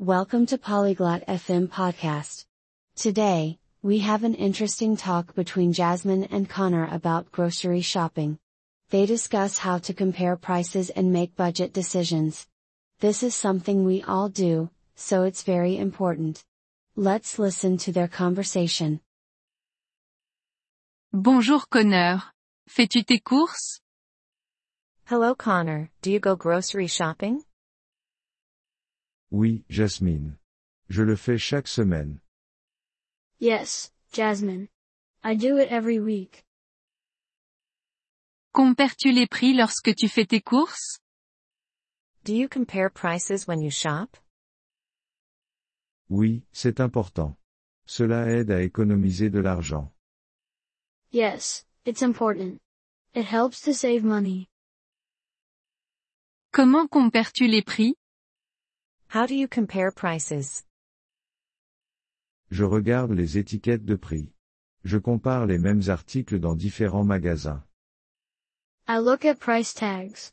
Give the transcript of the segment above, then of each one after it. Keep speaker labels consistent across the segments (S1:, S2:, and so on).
S1: Welcome to Polyglot FM podcast. Today, we have an interesting talk between Jasmine and Connor about grocery shopping. They discuss how to compare prices and make budget decisions. This is something we all do, so it's very important. Let's listen to their conversation.
S2: Bonjour Connor. Fais-tu tes courses?
S3: Hello Connor, do you go grocery shopping?
S4: Oui, Jasmine. Je le fais chaque semaine.
S5: Yes, Jasmine. I do it every week.
S2: Compares-tu les prix lorsque tu fais tes courses?
S3: Do you compare prices when you shop?
S4: Oui, c'est important. Cela aide à économiser de l'argent.
S5: Yes, it's important. It helps to save money.
S2: Comment compares-tu les prix?
S3: How do you compare prices?
S4: Je regarde les étiquettes de prix. Je compare les mêmes articles dans différents magasins.
S5: I look at price tags.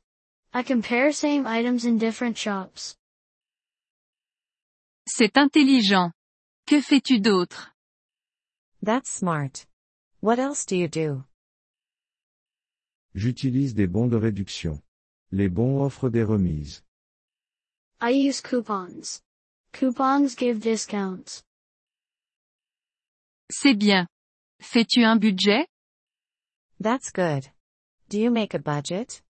S5: I compare same items in different shops.
S2: C'est intelligent. Que fais-tu d'autre?
S3: That's smart. What else do you do?
S4: J'utilise des bons de réduction. Les bons offrent des remises.
S5: I use coupons. Coupons give discounts.
S2: C'est bien. Fais-tu un budget?
S3: That's good. Do you make a budget?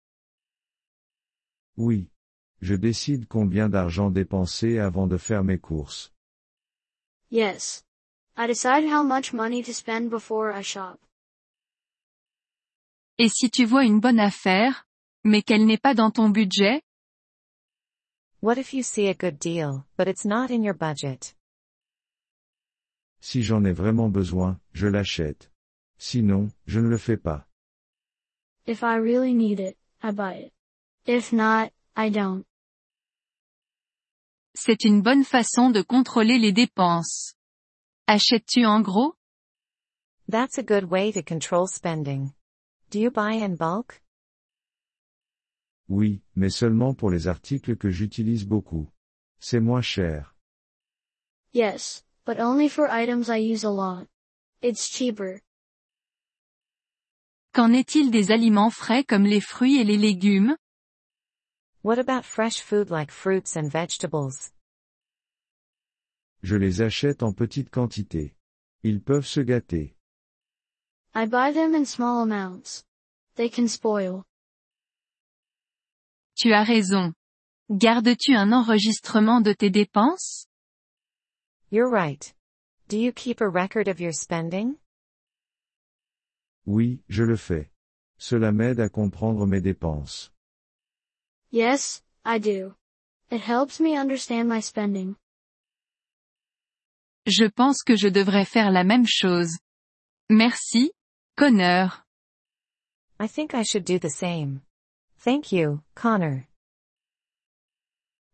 S4: Oui. Je décide combien d'argent dépenser avant de faire mes courses.
S5: Yes. I decide how much money to spend before I shop.
S2: Et si tu vois une bonne affaire, mais qu'elle n'est pas dans ton budget?
S3: What if you see a good deal, but it's not in your budget?
S4: Si j'en ai vraiment besoin, je l'achète. Sinon, je ne le fais pas.
S5: If I really need it, I buy it. If not, I don't.
S2: C'est une bonne façon de contrôler les dépenses. Achètes-tu en gros?
S3: That's a good way to control spending. Do you buy in bulk?
S4: Oui, mais seulement pour les articles que j'utilise beaucoup. C'est moins cher.
S5: Yes, but only for items I use a lot. It's cheaper.
S2: Qu'en est-il des aliments frais comme les fruits et les légumes?
S3: What about fresh food like fruits and vegetables?
S4: Je les achète en petite quantité. Ils peuvent se gâter.
S5: I buy them in small amounts. They can spoil.
S2: Tu as raison. Gardes-tu un enregistrement de tes dépenses?
S3: You're right. Do you keep a record of your spending?
S4: Oui, je le fais. Cela m'aide à comprendre mes dépenses.
S5: Yes, I do. It helps me understand my spending.
S2: Je pense que je devrais faire la même chose. Merci, Connor.
S3: I think I should do the same. Thank you, Connor.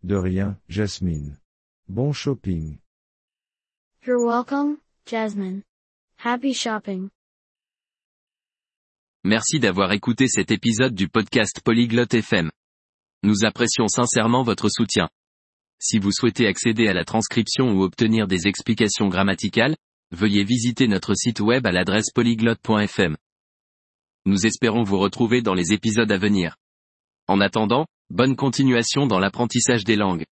S4: De rien, Jasmine. Bon shopping.
S5: You're welcome, Jasmine. Happy shopping.
S6: Merci d'avoir écouté cet épisode du podcast Polyglotte FM. Nous apprécions sincèrement votre soutien. Si vous souhaitez accéder à la transcription ou obtenir des explications grammaticales, veuillez visiter notre site web à l'adresse polyglotte.fm. Nous espérons vous retrouver dans les épisodes à venir. En attendant, bonne continuation dans l'apprentissage des langues.